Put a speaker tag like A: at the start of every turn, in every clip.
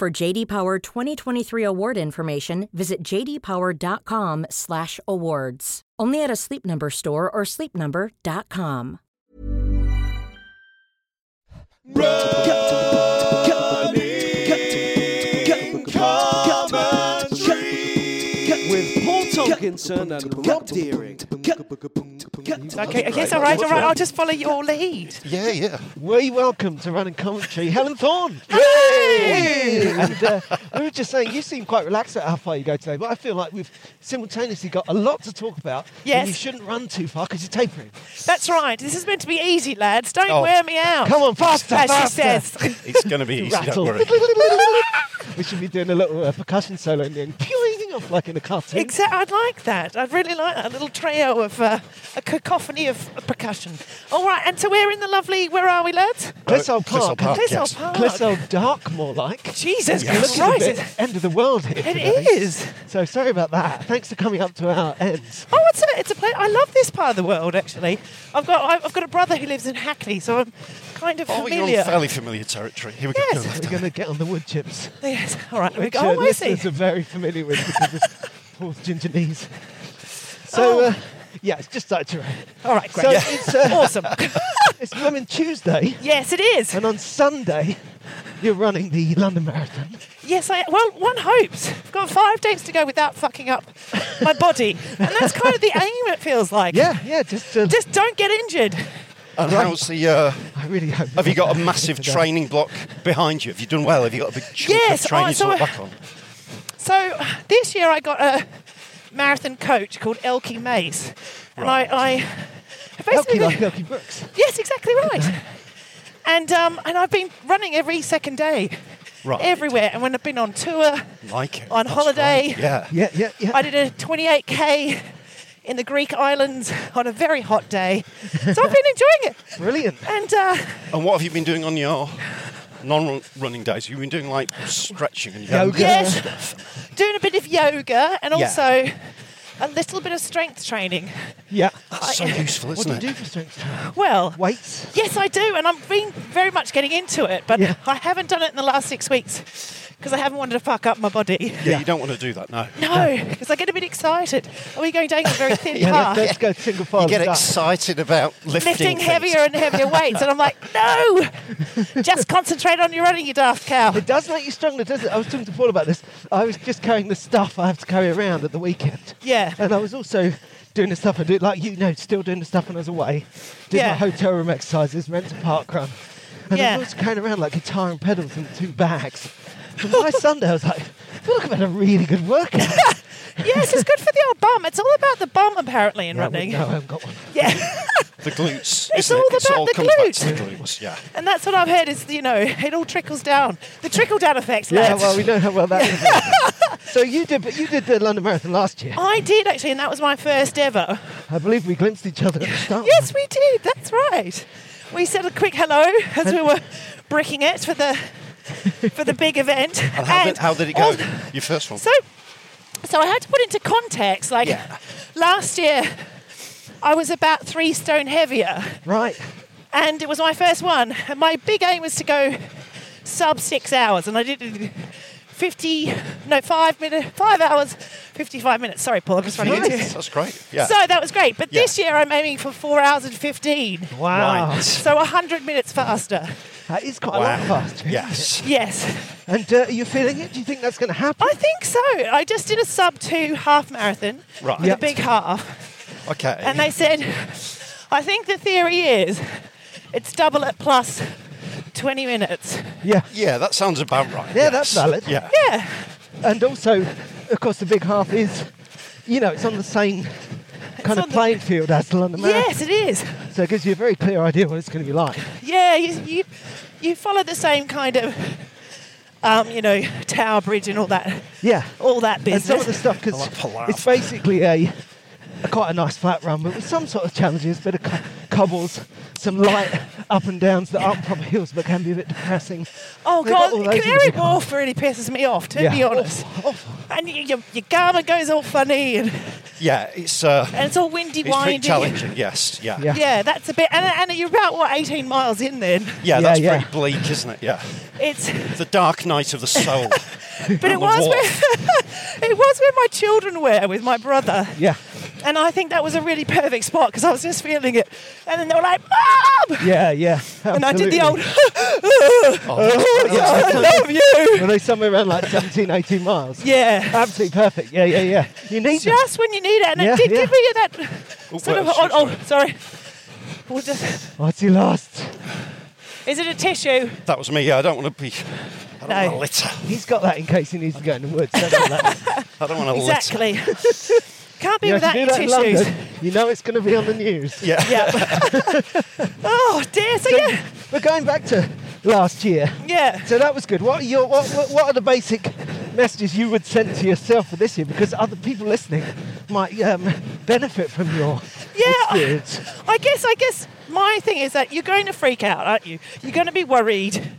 A: For JD Power 2023 award information, visit jdpower.com/awards. Only at a Sleep Number store or sleepnumber.com.
B: Running commentary.
C: with Paul Tolkinson and Rob Deering.
D: Okay, okay, it's all right, all right. I'll just follow your lead.
B: Yeah, yeah.
C: We welcome to Running Commentary Helen Thorne. and uh, we were just saying, you seem quite relaxed at how far you go today, but I feel like we've simultaneously got a lot to talk about. and
D: Yes.
C: you shouldn't run too far because you're tapering.
D: That's right. This is meant to be easy, lads. Don't
B: Oh.
D: wear me out.
C: Come on, faster,
D: as
C: faster.
D: she says.
B: It's going to be easy,
C: Rattle.
B: don't worry.
C: we should be doing a little uh, percussion solo in the end, pewing off like in a cartoon.
D: Exactly. I'd like that. I'd really like that. A little trio of uh, a cacophony of percussion. All right, and so we're in the lovely. Where are we, lads?
C: Clissold
B: Clissold
C: Park.
B: Park.
D: Clissold
B: yes.
D: Park.
C: Clissold Dark, more like.
D: Jesus
B: Yeah.
C: Looking a
D: Christ!
C: bit
D: it's-
C: end of the world here. today.
D: It is.
C: So sorry about that. Thanks for coming up to our end.
D: Oh, it's a it's a place. I love this part of the world. Actually, I've got I- I've got a brother who lives in Hackney, so I'm kind of
B: Oh, you're on
D: familiar.
B: fairly familiar territory. Here we go.
D: Yes.
C: We're going to get on the wood chips.
D: yes. All right. We
C: Which
D: go.
C: uh,
D: Oh, I see.
C: listeners are very familiar with because of Paul's ginger knees. So,
D: Oh.
C: uh, yeah, it's just started to rain.
D: All right. Great.
C: So it's, uh,
D: awesome.
C: It's coming Tuesday,
D: yes, it is.
C: and on Sunday, you're running the London Marathon.
D: Yes, I. Well, one hopes. I've got five days to go without fucking up my body, and that's kind of the aim. It feels like.
C: Yeah, yeah, just, uh,
D: Just don't get injured.
B: And how's the? Uh,
C: I really hope.
B: have you got a massive
C: Today.
B: training block behind you? Have you done well? Have you got a big chunk
D: Yes,
B: of training
D: I- so
B: to look
D: I-
B: back on?
D: So this year I got a marathon coach called Elkie Mace, and I, I
C: Elkie
D: basically
C: like Elkie Brooks.
D: yes, exactly right. And um, and I've been running every second day,
B: Right.
D: everywhere. And when I've been on tour,
B: Like it.
D: on
B: That's
D: holiday.
B: right, Yeah.
C: Yeah, yeah, yeah.
D: I did a 28k in the Greek islands on a very hot day. So I've been enjoying it.
C: Brilliant.
D: And uh,
B: And what have you been doing on your non-running days? You've been doing like stretching and
C: Yoga.
D: yes, doing a bit of yoga and
C: Yeah.
D: also a little bit of strength training.
C: Yeah.
B: That's so useful,
C: What
B: isn't
C: do you
B: it?
C: do for strength? training?
D: Well,
C: Weights.
D: yes, I do, and I'm being very much getting into it, but
C: Yeah.
D: I haven't done it in the last six weeks because I haven't wanted to fuck up my body.
B: Yeah, you don't want to do that, no.
D: No, because I get a bit excited. Are we going down a very thin
C: Yeah,
D: path?
C: let's, let's go single file.
B: You get
C: with that.
B: excited about lifting,
D: lifting
B: things.
D: heavier and heavier weights. And I'm like, no, just concentrate on your running, you daft cow.
C: It does make you stronger, doesn't it? I was talking to Paul about this. I was just carrying the stuff I have to carry around at the weekend.
D: Yeah.
C: And I was also doing the stuff I do, like you know, still doing the stuff when I was away. Did
D: Yeah.
C: my hotel room exercises, went to park run. And I
D: Yeah.
C: was also carrying around like guitar and pedals and two bags. And by Sunday, I was like, I feel like I've had a really good workout.
D: Yes, it's good for the old bum. It's all about the bum, apparently, in
C: Yeah,
D: running.
C: No, I haven't got one.
D: Yeah.
B: The glutes.
D: It's
B: isn't
D: all
B: it? It's
D: about
B: all
D: the
B: comes back to the glutes, yeah.
D: And that's what I've heard is, you know, it all trickles down. The trickle down effects,
C: Yeah,
D: lads.
C: well, we know how well that is. so you did, but you did the London Marathon last year.
D: I did actually, and that was my first ever.
C: I believe we glimpsed each other at the start.
D: Yes, we did. That's right. We said a quick hello as we were bricking it for the for the big event.
B: And how, did, how did it go?
D: all-
B: Your first one?
D: So, so I had to put into context. Like
B: Yeah.
D: last year, I was about three stone heavier,
C: Right.
D: and it was my first one. And my big aim was to go sub six hours, and I did 50, no, five minutes, five hours, 55 minutes. Sorry, Paul, I'm just running into
B: That's great. Yeah.
D: So that was great. But
B: Yeah.
D: this year I'm aiming for four hours and 15.
C: Wow.
B: Right.
D: So 100 minutes faster.
C: That is quite a lot
B: Wow.
C: faster.
B: Yes.
D: Yes.
C: And uh, are you feeling it? Do you think that's going to happen?
D: I think so. I just did a sub two half marathon,
B: Right.
D: the
B: Yep.
D: big half,
B: Okay.
D: and they said, I think the theory is it's double it plus 20 minutes.
C: yeah.
B: yeah, that sounds about right.
C: Yeah, that's valid.
B: Yeah.
D: Yeah,
C: And also, of course, the big half is, you know, it's on the same kind
D: on
C: of
D: the-
C: playing field as the London Marathon.
D: yes, it is.
C: So it gives you a very clear idea what it's going to be like.
D: Yeah, you, you, you follow the same kind of, um, you know, Tower Bridge and all that,
C: Yeah.
D: all that
C: And some
D: business.
C: of the stuff, because
B: like Palau.
C: it's basically a, a quite a nice flat run, but with some sort of challenges, bit of co- cobbles, some light up and downs that aren't proper hills but can be a bit depressing.
D: Oh
C: They've got
D: god,
C: all those in the
D: Canary
C: big half.
D: Wharf really pisses me off. To
C: Yeah. Oh,
D: be honest, and y your, your garment goes all funny, and,
B: Yeah, it's uh,
D: and it's all windy,
B: it's very
D: windy.
B: challenging. Yes. Yeah.
C: Yeah.
D: Yeah, that's a bit. And, and you're about what 18 miles in then.
B: Yeah,
C: Yeah,
B: that's
C: yeah.
B: very bleak, isn't it? Yeah.
D: It's,
B: The dark night of the soul.
D: but it was where it was where my children were with my brother,
C: Yeah.
D: and I think that was a really perfect spot because I was just feeling it, and then they were like, "Mom!"
C: Yeah, yeah.
D: and I did the
C: absolutely.
D: old,
C: Oh,
D: "I love you."
C: Were they somewhere around like 17, 18 miles?
D: Yeah.
C: Absolutely perfect. Yeah, yeah, yeah. You need them.
D: Just when you need it, and
C: Yeah,
D: it did
C: yeah.
D: give me that sort of.
B: well,
D: Oh,
B: sorry,
D: oh, sorry. We'll just.
C: What's Oh, your last?
D: Is it a tissue?
B: that was me. Yeah, I don't want to be. I don't
D: No.
B: want to litter.
C: He's got that in case he needs to go in the woods. Don't worry about that.
B: I don't want to litter.
D: Exactly. Can't be
C: You know,
D: without
C: if you do that in
D: tissues.
C: London, you know it's going to be on the news.
B: Yeah.
D: Yeah. oh dear. So yeah,
C: We're going back to last year.
D: yeah.
C: So that was good. What are, your, what, what, what are the basic messages you would send to yourself for this year? Because other people listening might um, benefit from your
D: Yeah.
C: experience.
D: I guess. I guess my thing is that you're going to freak out, aren't you? You're going to be worried.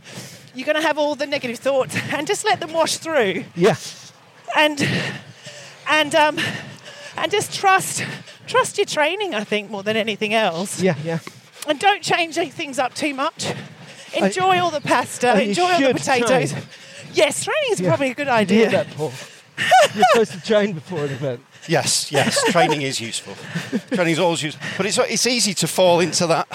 D: You're going to have all the negative thoughts, and just let them wash through,
C: Yeah.
D: and and um, and just trust trust your training. I think more than anything else,
C: Yeah, yeah.
D: and don't change things up too much. Enjoy all the pasta.
C: and Oh, you
D: Enjoy all the
C: should
D: potatoes.
C: train.
D: Yes, training is
C: Yeah.
D: probably a good
C: Do
D: idea.
C: that, Paul. You're supposed to train before an event.
B: Yes, yes. Training is useful. Training is always useful. But it's, it's easy to fall into that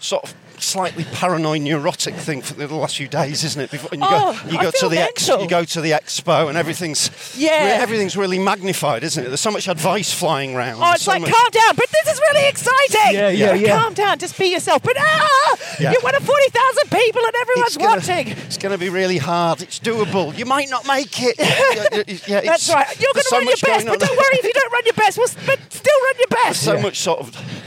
B: sort of slightly paranoid neurotic thing for the last few days, isn't it? Before and you
D: Oh,
B: go you
D: I
B: go to
D: feel
B: the ex,
D: mental.
B: you go to the expo and everything's
D: Yeah.
B: re- everything's really magnified, isn't it? There's so much advice flying round.
D: Oh, it's
B: so
D: like,
B: much-
D: calm down, but this is really exciting.
C: Yeah, yeah,
D: Like,
C: yeah.
D: Calm down, just be yourself. But ah,
B: Yeah.
D: you're one of 40,000 people and everyone's
B: it's gonna,
D: watching.
B: It's going to be really hard. It's doable. You might not make it. Yeah, yeah, yeah,
D: That's
B: it's-
D: right. You're going
B: there's
D: to
B: so
D: run your
B: much
D: best,
B: going
D: but
B: on.
D: don't worry if you don't run your best. We'll, s- but still run your best.
B: so much sort of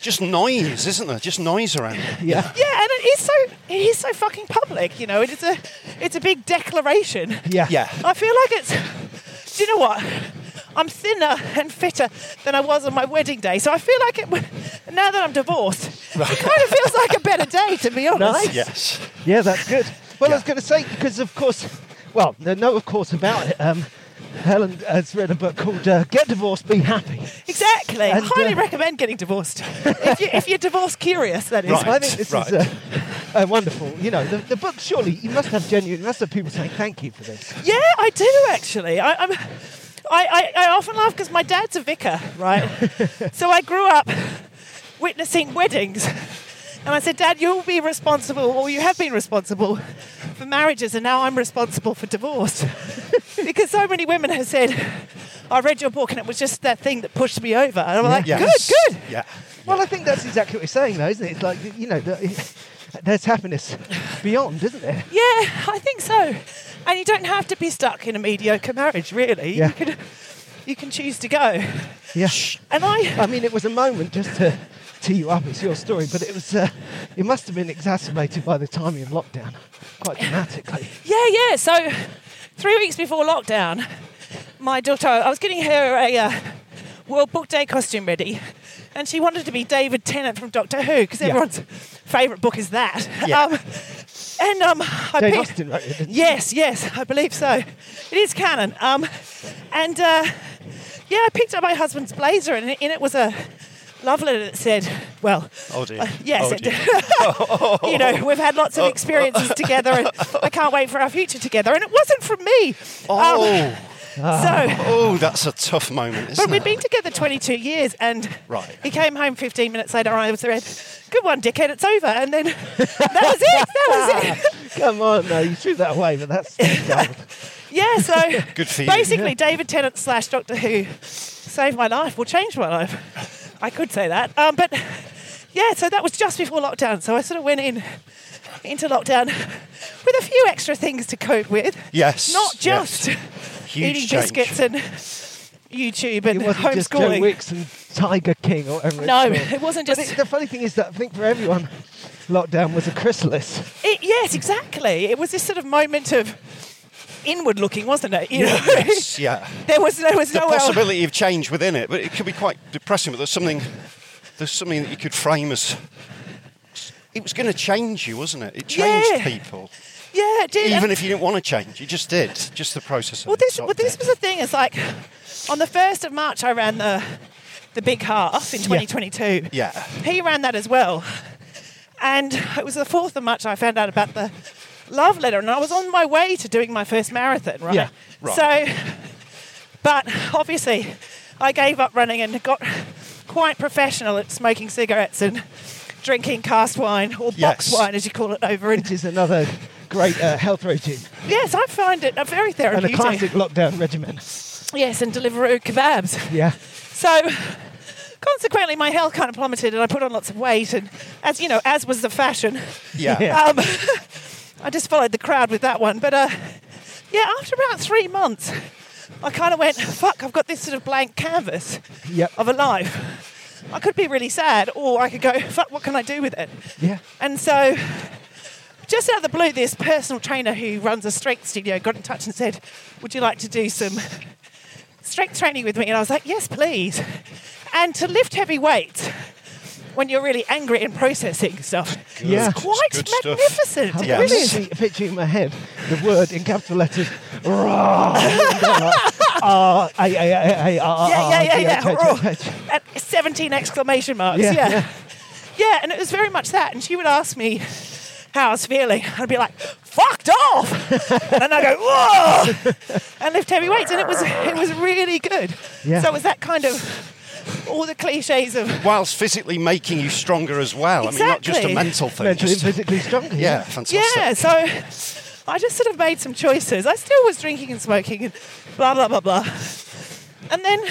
B: just noise, isn't there? Just noise around. it.
C: Yeah.
D: yeah, and it is so it is so fucking public, you know. It is a it's a big declaration.
C: Yeah.
B: Yeah.
D: I feel like it's. Do you know what? I'm thinner and fitter than I was on my wedding day, so I feel like it. w- Now that I'm divorced, it kind of feels like a better day, to be honest.
C: Nice.
B: Yes.
C: Yeah, that's good. Well, I was
B: Yeah.
C: going to say because, of course, well, no, no, of course about it. Um, Helen has read a book called uh, "Get Divorced, Be Happy."
D: Exactly. I
C: And,
D: highly
C: uh,
D: recommend getting divorced. if, you, if you're divorce curious, that is.
B: Right.
C: I think this
B: right.
C: is uh, uh, wonderful. You know, the, the book surely you must have genuine. You must have people saying thank you for this.
D: Yeah, I do actually. I, I'm, I, I, I often laugh because my dad's a vicar, right? so I grew up witnessing weddings. And I said, Dad, you'll be responsible, or you have been responsible for marriages, and now I'm responsible for divorce. because so many women have said, I read your book, and it was just that thing that pushed me over. And I'm like,
B: Yes.
D: good, good.
B: Yeah.
C: Well, I think that's exactly what you're saying, though, isn't it? It's like you know, the, there's happiness beyond, isn't there?
D: Yeah, I think so. And you don't have to be stuck in a mediocre marriage, really.
C: Yeah.
D: You can you can choose to go.
C: Yeah.
D: And I
C: I mean, it was a moment just to tee you up. It's your story, but it was. Uh, it must have been exacerbated by the timing of lockdown, quite dramatically.
D: yeah, yeah. So three weeks before lockdown, my daughter I was getting her a uh, World Book Day costume ready. And she wanted to be David Tennant from Doctor Who, because everyone's favourite book is that.
B: Yeah.
D: Um, and um, I
C: Jane
D: picked-
C: Austen wrote it. Didn't she?
D: Yes, yes, I believe so. It is canon. Um, and uh, yeah, I picked up my husband's blazer, and in it was a love letter that said, well,
B: Oh dear.
D: uh, yes,
B: Oh
D: it,
B: dear.
D: you know, we've had lots of experiences together, and I can't wait for our future together. And it wasn't from me. Um,
B: Oh,
D: so.
B: oh, that's a tough moment, isn't
D: But we'd
B: it?
D: been together 22 years, and
B: Right.
D: he came home 15 minutes later, and I was read, "Good one, dickhead, it's over." And then that was it. That was it.
C: Come on, no, you threw that away, but that's
D: Yeah. So
B: Good for you.
D: basically, David Tennant slash Doctor Who saved my life, well, changed my life. I could say that. Um, but yeah, so that was just before lockdown. So I sort of went in into lockdown with a few extra things to cope with.
B: Yes,
D: Not
B: yes.
D: just
B: Huge
D: eating
B: change.
D: biscuits and YouTube
C: it
D: and
C: wasn't just Joe
D: homeschooling.
C: Wicks and Tiger King or whatever. it's
D: no,
C: called.
D: it wasn't
C: But
D: just.
C: it, the funny thing is that I think for everyone, lockdown was a chrysalis.
D: It, yes, exactly. It was this sort of moment of inward looking, wasn't it? You know,
B: Yes, yeah.
D: there was there was
B: The
D: no
B: possibility of change within it, but it could be quite depressing. But there's something, there's something that you could frame as. It was going to change you, wasn't it? It changed
D: Yeah.
B: people,
D: yeah, it did.
B: even
D: And-
B: if you didn't want to change. You just did. Just the process. Of
D: well,
B: it.
D: this
B: It's not
D: well, this
B: dead.
D: was the thing. It's like on the first of March, I ran the the big half in 2022.
B: Yeah.
D: he ran that as well, and it was the fourth of March I found out about the love letter, and I was on my way to doing my first marathon, right?
C: Yeah,
B: right.
D: So, but obviously, I gave up running and got quite professional at smoking cigarettes and drinking cast wine or box
B: Yes.
D: wine, as you call it over in
C: Which is another great uh, health regime
D: Yes, I find it a very
C: and a
D: therapeutic.
C: classic lockdown regimen.
D: Yes, and Deliveroo kebabs.
C: Yeah.
D: So consequently, my health kind of plummeted, and I put on lots of weight, and as you know, as was the fashion.
B: Yeah.
C: Yeah.
D: Um, I just followed the crowd with that one, but uh, yeah, after about three months, I kind of went, "Fuck! I've got this sort of blank canvas
C: Yep.
D: of a life. I could be really sad, or I could go, "Fuck! What can I do with it?"
C: Yeah.
D: And so, just out of the blue, this personal trainer who runs a strength studio got in touch and said, Would you like to do some strength training with me? And I was like, Yes, please. And to lift heavy weights when you're really angry and processing stuff
C: Yeah.
D: is quite
B: Good stuff.
D: magnificent.
C: I'm
D: It
B: Yes.
D: really
C: really
D: is.
C: see- picturing in my head the word in capital letters. "Raw," and they're like, "Ah, ah, ah, ah, ah, ah,
D: Yeah, yeah, yeah,
C: ah,
D: yeah.
C: ah, ah, ah, ah."
D: At 17 exclamation marks.
C: Yeah,
D: Yeah yeah.
C: yeah.
D: and it was very much that. And she would ask me how I was feeling. I'd be like, fucked off. and then I go, whoa. And lift heavy weights. And it was it was really good.
C: Yeah.
D: So it was that kind of all the cliches of
B: Whilst physically making you stronger as well. I mean, not just
D: Exactly.
B: a mental thing.
C: Mentally and
B: just-
C: physically stronger.
B: yeah, fantastic.
D: Yeah, so I just sort of made some choices. I still was drinking and smoking and blah, blah, blah, blah. And then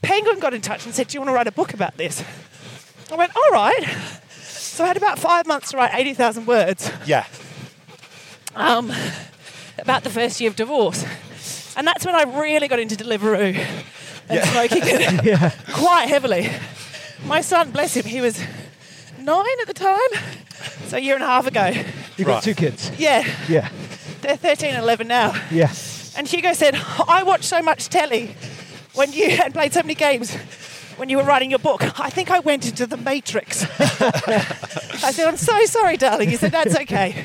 D: Penguin got in touch and said, Do you want to write a book about this? I went, All right. So I had about five months to write 80,000 words
B: Yeah.
D: um, about the first year of divorce. And that's when I really got into Deliveroo and
B: Yeah.
D: smoking it
C: Yeah.
D: quite heavily. My son, bless him, he was nine at the time, so a year and a half ago.
C: You've got
B: Right.
C: two kids.
D: Yeah,
C: Yeah.
D: they're 13 and 11 now.
C: Yeah.
D: And Hugo said, I watched so much telly when you had played so many games when you were writing your book. I think I went into the matrix. I said, I'm so sorry, darling. He said, That's okay.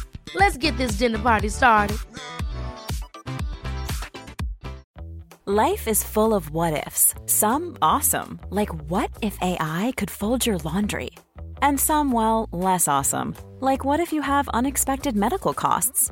E: Let's get this dinner party started.
F: Life is full of what ifs. Some awesome, like what if AI could fold your laundry? And some, well, less awesome, like what if you have unexpected medical costs?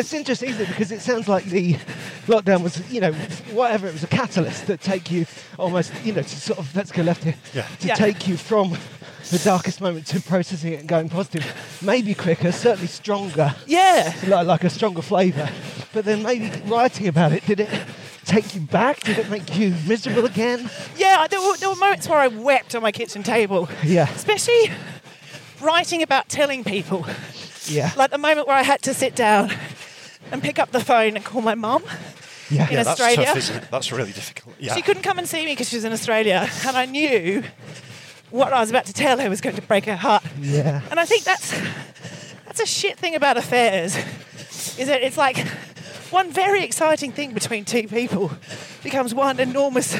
C: it's interesting isn't it? because it sounds like the lockdown was, you know, whatever it was a catalyst that take you almost, you know, to sort of let's go left here,
B: Yeah.
C: to
D: Yeah.
C: take you from the darkest moment to processing it and going positive, maybe quicker, certainly stronger,
D: Yeah.
C: like, like a stronger flavour. But then maybe writing about it, did it take you back? Did it make you miserable again?
D: Yeah, I- there were, there were moments where I wept on my kitchen table.
C: Yeah.
D: Especially writing about telling people.
C: Yeah,
D: Like the moment where I had to sit down and pick up the phone and call my mum.
C: yeah,
D: in
C: yeah.
D: a-
B: That's
D: Australia.
B: tough, isn't it? That's really difficult. Yeah.
C: Ah.
D: She couldn't come and see me because she was in Australia, and I knew what I was about to tell her was going to break her heart.
C: yeah.
D: And I think that's that's a shit thing about affairs, is that it's like one very exciting thing between two people becomes one enormous,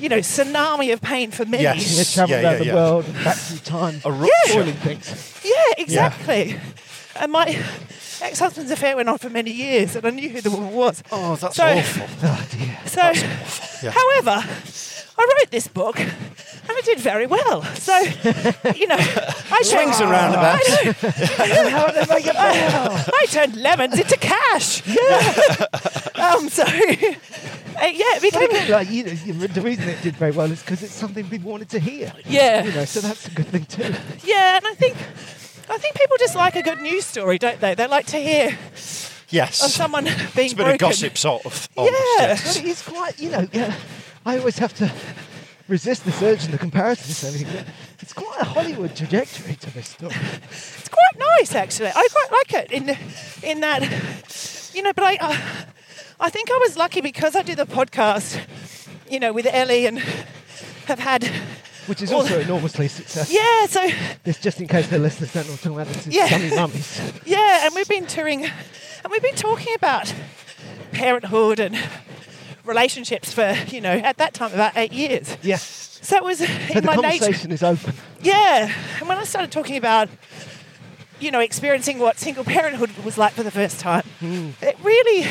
D: you know, tsunami of pain for me.
B: Yes.
C: Yeah, travel
B: Yeah,
C: around
B: yeah,
C: the
B: yeah.
C: world, back through time,
B: A rupture.
C: spoiling things.
D: Yeah, exactly. And my ex-husband's affair went on for many years, and I knew who the woman was.
B: Oh, that's
D: So-
B: awful.
C: Oh dear.
D: So, however, I wrote this book and I did very well. So, you know, I
B: Swings
D: turned,
B: and roundabouts.
D: I, know. I, I turned lemons into cash. um, so, uh, yeah, it
C: Well,
D: became.
C: again, like you know, you- the reason it did very well is because it's something people wanted to hear.
D: Yeah.
C: You know, so that's a good thing too.
D: Yeah, and I think. I think people just like a good news story, don't they? They like to hear
B: Yes.
D: of someone being
B: it's a bit
D: broken.
B: of gossip, sort of. almost,
D: Yeah.
C: Well, it is quite, you know, yeah, I always have to resist this urge and the comparisons and everything. But it's quite a Hollywood trajectory to this story.
D: It's quite nice, actually. I quite like it in in that, you know. But I, uh, I think I was lucky because I do the podcast, you know, with Ellie and have had,
C: Which is
D: Well-
C: also enormously successful.
D: yeah. So
C: This just in case the listeners don't know what we're talking about. This is
D: Yeah.
C: Dummy Mummies.
D: yeah, and we've been touring, and we've been talking about parenthood and relationships for you know at that time about eight years.
C: Yeah.
D: So it was
C: So
D: in
C: the
D: my nature.
C: conversation is open.
D: Yeah, and when I started talking about, you know, experiencing what single parenthood was like for the first time, it really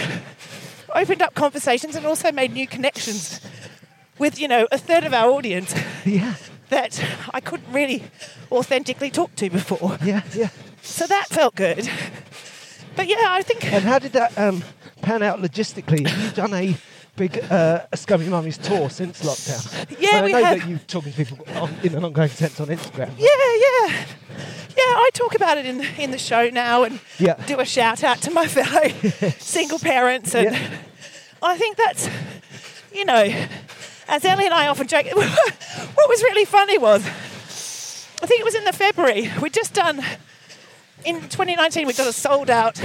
D: opened up conversations and also made new connections with, you know, a third of our audience
C: Yeah.
D: that I couldn't really authentically talk to before.
C: Yeah. Yeah.
D: So that felt good. But yeah, I think
C: And how did that um, pan out logistically? Have you done a big uh, Scummy Mummies tour since lockdown? And
D: Yeah,
C: I
D: we
C: know
D: have.
C: that you're talking to people on, in an ongoing sense on Instagram.
D: Yeah, yeah. Yeah, I talk about it in in the show now and
C: Yeah.
D: do a shout out to my fellow single parents and
C: Yeah.
D: I think that's you know, as Ellie and I often joke what was really funny was I think it was in the February, we'd just done in 2019 we got a sold out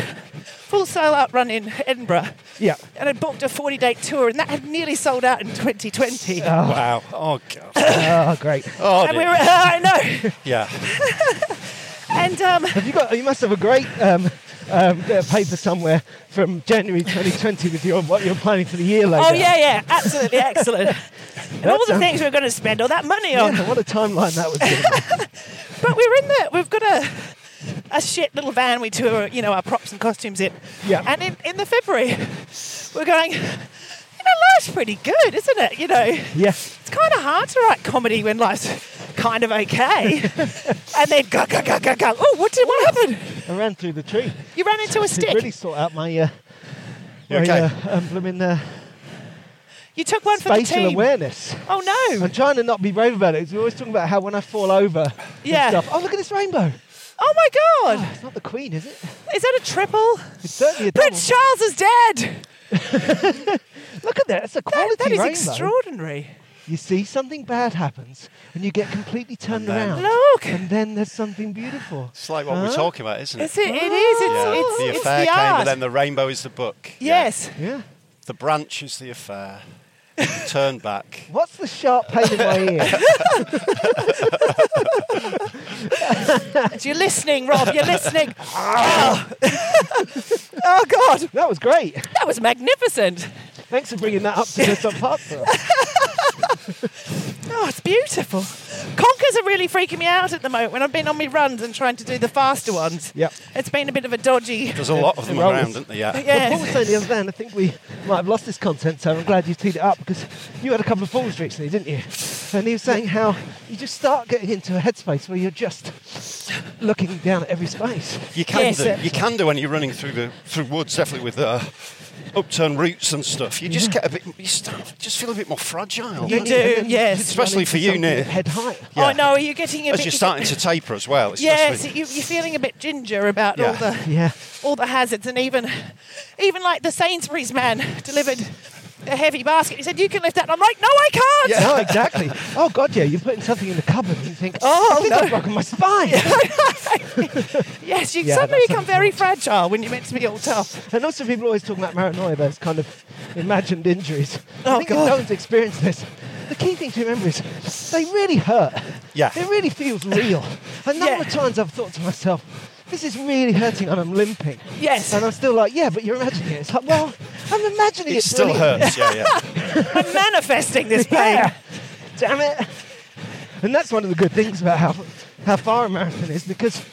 D: full sale out run in Edinburgh
C: Yeah.
D: and I booked a 40 day tour and that had nearly sold out in 2020.
B: Wow. Oh, God.
C: Oh, great.
B: Oh,
D: and
B: dear.
D: we were, I know.
B: yeah.
D: And um,
C: Have you got? You must have a great um, um, uh, paper somewhere from January 2020 with your what you're planning for the year later.
D: Oh yeah, yeah, absolutely excellent. and all the things we are going to spend all that money on.
C: um, Yeah, what a timeline that was. giving us.
D: But we're in there. We've got a a shit little van we tour, you know, our props and costumes in.
C: Yeah.
D: And in, in the February, we're going. You know, life's pretty good, isn't it? You know, it's
C: yeah.
D: kind of hard to write comedy when life's kind of okay. and then go go go go go. Oh, what did what happened?
C: I ran through the tree.
D: You ran into
C: To
D: a stick.
C: really sort out my. Uh,
B: You
C: my,
B: okay?
C: Uh, um, blooming, uh,
D: You took one for the
C: spatial
D: team.
C: awareness.
D: Oh no!
C: I'm trying to not be brave about it. 'cause We're always talking about how when I fall over, and
D: Yeah.
C: stuff, oh look at this rainbow.
D: Oh my god!
C: It's not the Queen, is it?
D: Is that a triple?
C: It's certainly a
D: Prince
C: double.
D: Charles is dead.
C: Look at that. That's a quality
D: that is
C: rainbow.
D: extraordinary.
C: You see, something bad happens, and you get completely turned
B: then-
C: around.
D: Look.
C: And then there's something beautiful.
B: It's like what we're talking about, isn't it?
D: It's it, it is. It's,
B: Yeah,
D: it's,
B: the
D: it's
B: affair
D: the
B: came,
D: art.
B: but then the rainbow is the book. Yeah.
D: yes.
C: Yeah.
B: The branch is the affair. Turn back.
C: What's the sharp pain in my ear?
D: You're listening, Rob. You're listening. oh. oh, God.
C: that was great.
D: That was magnificent.
C: Thanks for bringing that up to the top part. for us.
D: Oh, it's beautiful. Conkers are really freaking me out at the moment when I've been on my runs and trying to do the faster ones.
C: Yep.
D: It's been a bit of a dodgy.
B: There's a lot of them
C: Rolls.
B: around, isn't there? Yeah.
C: Well, Paul
D: Yeah.
C: was saying the other day, and I think we might have lost this content, so I'm glad you teed it up because you had a couple of falls recently, didn't you? And he was saying how you just start getting into a headspace where you're just looking down at every space.
B: You can
D: Yes,
B: do.
D: sir.
B: You can do when you're running through the through woods, definitely with uh, upturned roots and stuff. You just get a bit. You start just feel a bit more fragile.
D: Mm. You
B: don't
D: do, yes.
C: just
B: Especially
C: run
B: for
C: into
B: you,
C: something
B: Nick.
C: at Head height.
D: Oh,
B: Yeah.
D: no, you're getting a
B: As
D: bit.
B: you're starting to taper as well.
D: Yes,
B: especially.
D: you, you're feeling a bit ginger about all
B: Yeah.
D: the
C: Yeah.
D: all the hazards, and even even like the Sainsbury's man delivered a heavy basket. He said, "You can lift that." And I'm like, "No, I can't."
C: No, exactly. Oh God, yeah. You're putting something in the cupboard, and you think,
D: Oh,
C: Oh, I think
D: no.
C: I've broken my spine.
D: Yes, you
C: Yeah,
D: suddenly
C: that's
D: become very fragile when you're meant to be all tough.
C: And also, people always talk about paranoia, those kind of imagined injuries.
D: Oh,
C: I think
D: God.
C: if no one's experienced this, the key thing to remember is they really hurt.
B: Yeah.
C: It really feels real. A number
D: Yeah.
C: of times I've thought to myself, this is really hurting and I'm limping.
D: Yes.
C: And I'm still like, yeah, but you're imagining it. It's like, well, I'm imagining
B: It
C: it.
B: still
C: brilliant.
B: hurts. Yeah, yeah.
D: I'm manifesting this pain.
C: Yeah. Damn it. And that's one of the good things about how, how far a marathon is because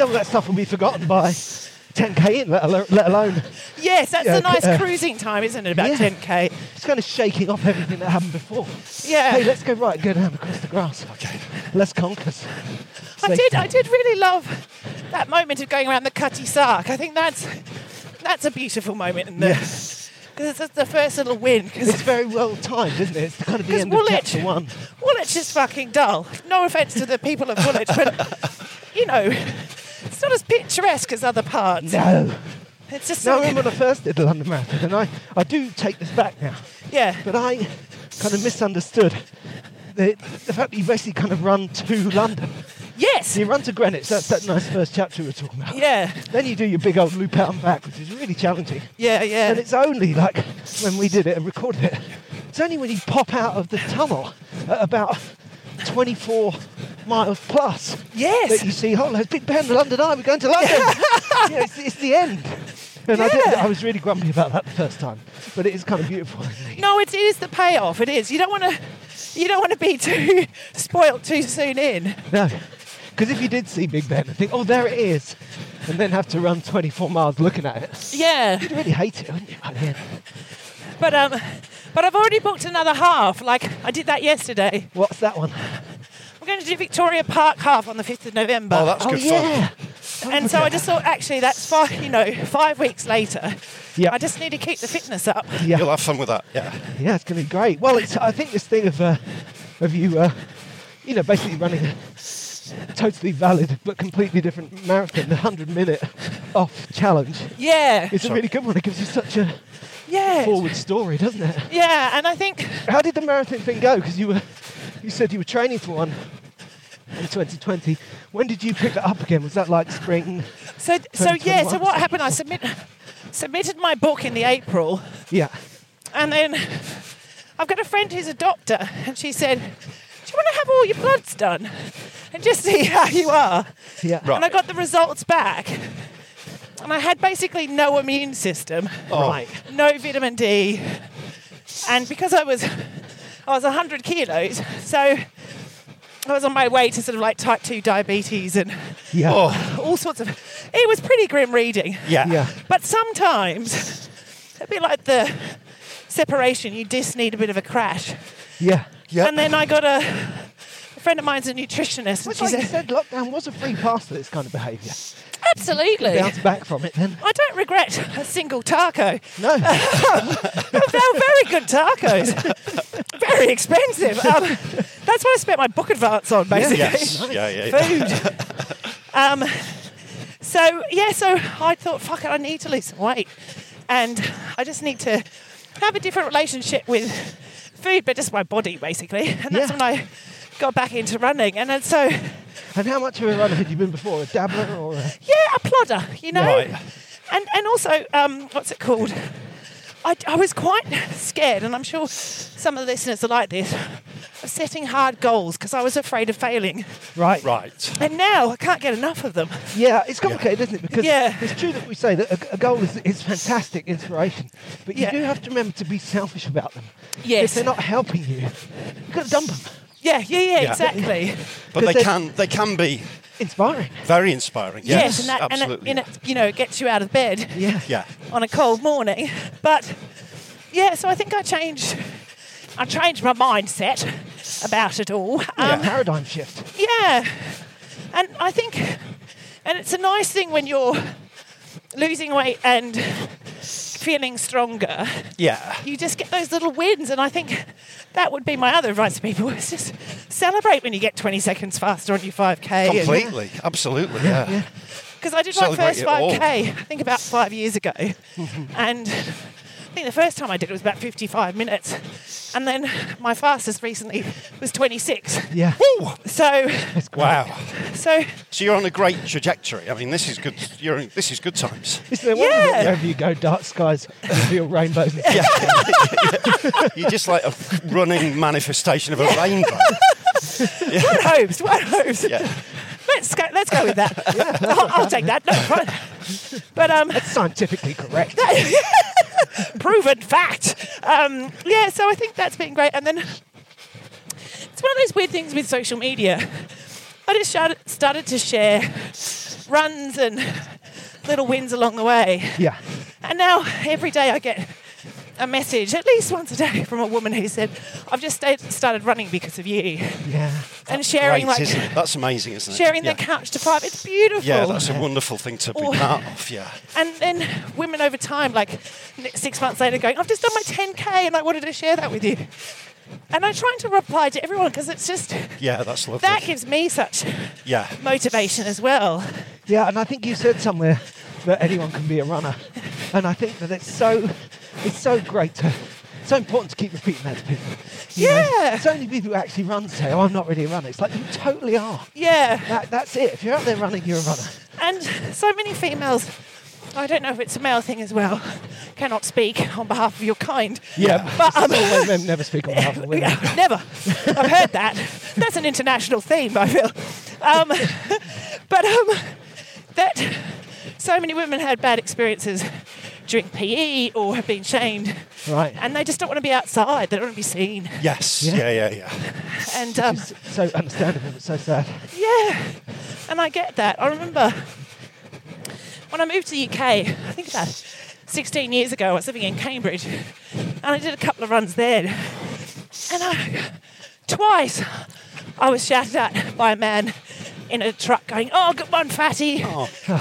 C: all that stuff will be forgotten by 10k in, let alo- let alone
D: Yes, that's
C: Yeah,
D: a nice
C: uh,
D: cruising time, isn't it? About
C: yeah.
D: 10k.
C: It's kind of shaking off everything that happened before.
D: Yeah.
C: Hey, let's go right, go down across the grass. Okay. Let's conquers.
D: I did. I did really love that moment of going around the Cutty Sark. I think that's that's a beautiful moment in the because it's the first little win.
C: It's
D: Because
C: very well timed, isn't it? It's kind of the
D: 'Cause
C: end
D: Woolwich-
C: of chapter one.
D: Woolwich is fucking dull. No offence to the people of Woolwich, but you know, it's not as picturesque as other parts.
C: No.
D: It's just
C: No, I
D: like-
C: remember when I first did the London Marathon, and I, I do take this back now,
D: yeah,
C: but I kind of misunderstood the, the fact that you basically kind of run to London.
D: yes,
C: You run to Greenwich, that's that nice first chapter we were talking about.
D: yeah,
C: Then you do your big old loop out and back, which is really challenging.
D: yeah,
C: And
D: yeah.
C: it's only like when we did it and recorded it, it's only when you pop out of the tunnel at about 24 miles plus that you
D: Yes,
C: see, oh, there's Big Ben, the London Eye, we're going to London. yeah, it's, it's the end. And I, did,
D: Yeah.
C: I was really grumpy about that the first time, but it is kind of beautiful. isn't it?
D: no, it is the payoff. It is. You don't want to, you don't want to be too spoilt too soon in.
C: No, because if you did see Big Ben and think, oh, there it is, and then have to run 24 miles looking at it,
D: Yeah.
C: you'd really hate it, wouldn't you, by the end?
D: But um, but I've already booked another half. Like I did that yesterday.
C: What's that one?
D: We're going to do Victoria Park half on the fifth of November.
B: Oh, that's
C: oh,
B: good fun.
C: yeah.
D: and so I just thought, actually, that's five. You know, five weeks later.
C: Yeah.
D: I just need to keep the fitness up.
C: Yeah.
B: You'll have fun with that. Yeah.
C: Yeah, it's going to be great. Well, it's, I think this thing of uh, of you, uh, you know, basically running a totally valid but completely different marathon, the 100 minute off challenge,
D: Yeah.
C: is a really good one. It gives you such a
D: Yeah.
C: forward story, doesn't it?
D: Yeah. And I think
C: How did the marathon thing go? Because you were, you said you were training for one in 2020. When did you pick that up again? Was that like spring?
D: so. So yeah. So
C: 2021.
D: what happened? I submit submitted my book in the April.
C: Yeah.
D: And then I've got a friend who's a doctor, and she said, Do you want to have all your bloods done and just see how you are?
C: Yeah.
B: Right.
D: And I got the results back. And I had basically no immune system,
C: Right.
D: no vitamin D. And because I was I was 100 kilos, so I was on my way to sort of like type 2 diabetes and
C: Yeah.
B: Oh,
D: all sorts of it was pretty grim reading.
B: yeah.
C: Yeah.
D: But sometimes, a bit like the separation, you just need a bit of a crash.
C: Yeah.
B: Yep.
D: And then I got a, a friend of mine's a nutritionist, and
C: Which,
D: she
C: like you said,
D: said,
C: lockdown was a free pass for this kind of behaviour.
D: "Absolutely,
C: Bounce back from it then.
D: I don't regret a single taco.
C: No.
D: They're very good tacos, very expensive. Um, that's what I spent my book advance on, basically.
B: Yes. Yeah, yeah. yeah.
D: Food. Um, So yeah, so I thought, fuck it, I need to lose some weight, and I just need to have a different relationship with food, but just my body basically. And that's
C: Yeah.
D: when I got back into running, and then so
C: And how much of a runner had you been before? A dabbler or a...
D: yeah, a plodder, you know.
B: Right.
D: And and also, um, what's it called? I, I was quite scared, and I'm sure some of the listeners are like this, of setting hard goals because I was afraid of failing.
C: Right.
B: Right.
D: And now I can't get enough of them.
C: Yeah, it's complicated, isn't it? Because
D: Yeah.
C: it's true that we say that a, a goal is, is fantastic inspiration, but you
D: Yeah.
C: do have to remember to be selfish about them. If
D: Yes.
C: they're not helping you, you've got to dump them.
D: Yeah, yeah, yeah,
B: Yeah.
D: exactly.
B: But they
C: they-
B: can they can be
C: Inspiring.
B: very inspiring. Yes,
D: and that, and that
B: absolutely.
D: in it, you know, it gets you out of bed
C: Yeah.
B: yeah.
D: on a cold morning. But yeah, so I think I changed, I changed my mindset about it all. Um,
C: Paradigm shift.
D: yeah, and I think, and it's a nice thing when you're losing weight and feeling stronger.
B: Yeah.
D: You just get those little wins, and I think that would be my other advice to people: is just celebrate when you get 20 seconds faster on your 5k. and-
B: Completely. Absolutely. Yeah.
D: Because I did
B: Celebrate
D: my first
B: it all.
D: 5K, I think about five years ago. and I think the first time I did it was about 55 minutes. And then my fastest recently was 26.
C: Yeah.
D: So,
B: Wow.
D: so
B: So you're on a great trajectory. I mean, this is good. You're in, this is good times.
C: Isn't there wonderful that
D: Yeah.
C: wherever you go, dark skies reveal rainbows. And yeah.
B: You're just like a running manifestation of a rainbow.
D: what hopes? What hopes?
B: Yeah.
D: Let's go. Let's go with that. I'll, I'll take that. No, fine. But um,
C: Scientifically correct.
D: proven fact. Um, yeah, so I think that's been great. And then it's one of those weird things with social media. I just started, started to share runs and little wins along the way.
C: yeah.
D: And now every day I get a message, at least once a day, from a woman who said, I've just stayed, started running because of you.
C: Yeah.
D: and sharing,
B: Great,
D: like,
B: isn't it? That's amazing, isn't it?
D: sharing Oh.
B: yeah.
D: their couch to five. It's beautiful.
B: Yeah, that's a wonderful thing to be
D: Or-
B: part of. Yeah.
D: And then women over time, like n- six months later, going, I've just done my 10K and I wanted to share that with you. And I'm trying to reply to everyone because it's just,
B: Yeah, that's lovely.
D: that gives me such
B: yeah.
D: motivation as well.
C: Yeah, and I think you said somewhere that anyone can be a runner, and I think that it's so it's so great to so important to keep repeating that to people. you know?
D: Yeah.
C: so many people who actually run say, "Oh, I'm not really a runner." It's like you totally are.
D: Yeah.
C: That, that's it. If you're out there running, you're a runner.
D: And so many females, I don't know if it's a male thing as well, cannot speak on behalf of your kind.
C: Yeah,
D: But um,
C: always men never speak on behalf of women.
D: Yeah, never. I've heard that. That's an international theme, I feel. Um, but um, that so many women had bad experiences during PE or have been shamed,
C: Right.
D: and they just don't want to be outside. They don't want to be seen.
B: Yes.
C: Yeah.
B: Yeah. Yeah. Yeah.
D: And um,
C: It's so understandable, but so sad.
D: yeah, and I get that. I remember when I moved to the UK. I think about 16 years ago. I was living in Cambridge, and I did a couple of runs there. And I, twice, I was shouted at by a man in a truck going, "Oh, good one, fatty!"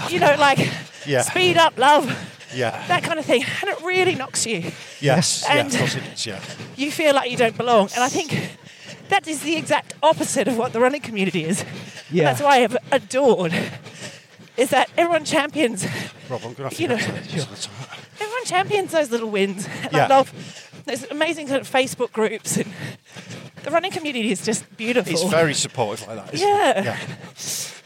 D: You know, like
B: Yeah.
D: speed up, love,
B: Yeah.
D: that kind of thing. And it really knocks you
B: yes. Yeah.
D: and-
B: Of course it is. Yeah.
D: you feel like you don't belong. And I think that is the exact opposite of what the running community is.
C: Yeah.
D: And that's why I've adored is that everyone champions
B: Rob, I'm going to have to
D: You
B: go
D: know-
B: to the-
C: Sure.
D: everyone champions those little wins. And I
B: Yeah.
D: love those amazing sort of Facebook groups and the running community is just beautiful.
B: It's very supportive like that. Isn't
D: Yeah.
B: It? Yeah.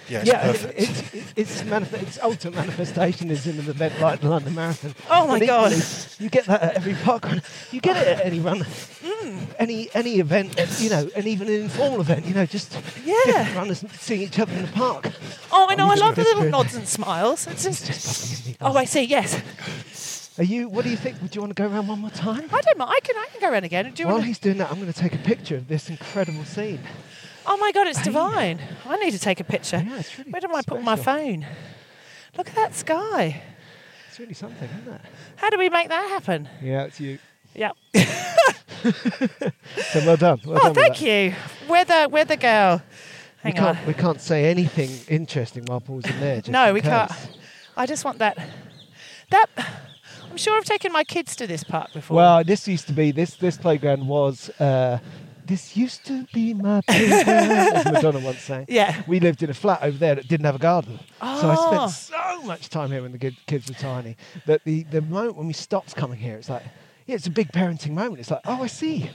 B: Yeah. It's
C: Yeah,
B: perfect.
C: it's, it's, it's, manif- its ultimate manifestation is in an event like the London Marathon.
D: Oh my
C: But
D: God.
C: equally, You get that at every park run. You get it at any run, any any event, you know, and even an informal event, you know, just
D: Yeah.
C: different runners seeing each other in the park.
D: oh, I know. I
C: Usually
D: love the little
C: good.
D: nods and smiles. It's just. Oh, I see. Yes,
C: Are you? What do you think? Would you want to go around one more time?
D: I don't mind. I can. I can go around again. Do you
C: While
D: want? To,
C: he's doing that, I'm going to take a picture of this incredible scene.
D: oh my God, it's divine. I need to take a picture.
C: Yeah, it's really
D: Where do I put my
C: special.
D: phone? Look at that sky.
C: It's really something, isn't it?
D: How do we make that happen?
C: Yeah, it's you.
D: Yeah.
C: So well done. Well
D: Oh,
C: done with
D: thank
C: that.
D: you. Weather, weather girl.
C: We
D: Hang on.
C: can't, we can't say anything interesting while Paul's in there. just
D: No,
C: in
D: we can't.
C: case.
D: I just want that. That. I'm sure I've taken my kids to this park before.
C: Well, this used to be this this playground was uh, This used to be my playground, as Madonna once sang.
D: Yeah.
C: We lived in a flat over there that didn't have a garden. So I
D: Oh.
C: spent so much time here when the kid, kids were tiny that the, the moment when we stopped coming here, it's like, yeah, it's a big parenting moment. It's like, oh, I see.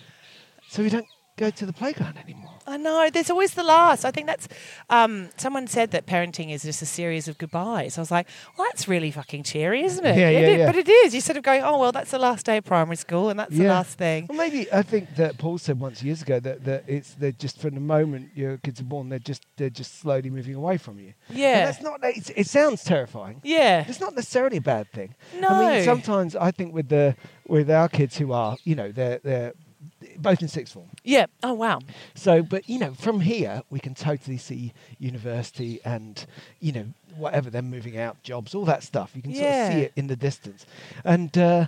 C: So we don't go to the playground anymore.
D: I know. There's always the last. I think that's. Um, someone said that parenting is just a series of goodbyes. I was like, well, that's really fucking cheery, isn't it?
C: Yeah,
D: It
C: yeah,
D: is-
C: yeah.
D: But it is. You're sort of going, oh well, that's the last day of primary school, and that's the last thing.
C: Well, maybe I think that Paul said once years ago that, that it's they're just from the moment your kids are born, they're just they're just slowly moving away from you. And
D: Yeah.
C: that's not. It's, it sounds terrifying.
D: Yeah.
C: It's not necessarily a bad thing. I
D: No.
C: mean, sometimes I think with the with our kids who are, you know, they're they're both in sixth form.
D: Yeah. Oh wow.
C: So, but you know, from here we can totally see university and you know whatever they're moving out, jobs, all that stuff. You can sort of
D: Yeah.
C: see it in the distance, and uh,